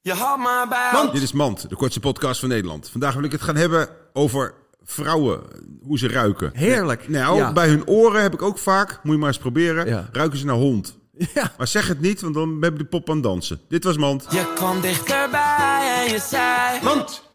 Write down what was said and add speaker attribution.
Speaker 1: Je had mij bij.
Speaker 2: Dit is Mand, de kortste podcast van Nederland. Vandaag wil ik het gaan hebben over vrouwen, hoe ze ruiken.
Speaker 3: Heerlijk.
Speaker 2: Nou,
Speaker 3: Ja.
Speaker 2: bij hun oren heb ik ook vaak, moet je maar eens proberen,
Speaker 3: Ja.
Speaker 2: ruiken ze naar hond.
Speaker 3: Ja.
Speaker 2: Maar zeg het niet, want dan heb je de pop aan het dansen. Dit was Mand.
Speaker 1: Je kwam dichterbij en je zei:
Speaker 3: Mand.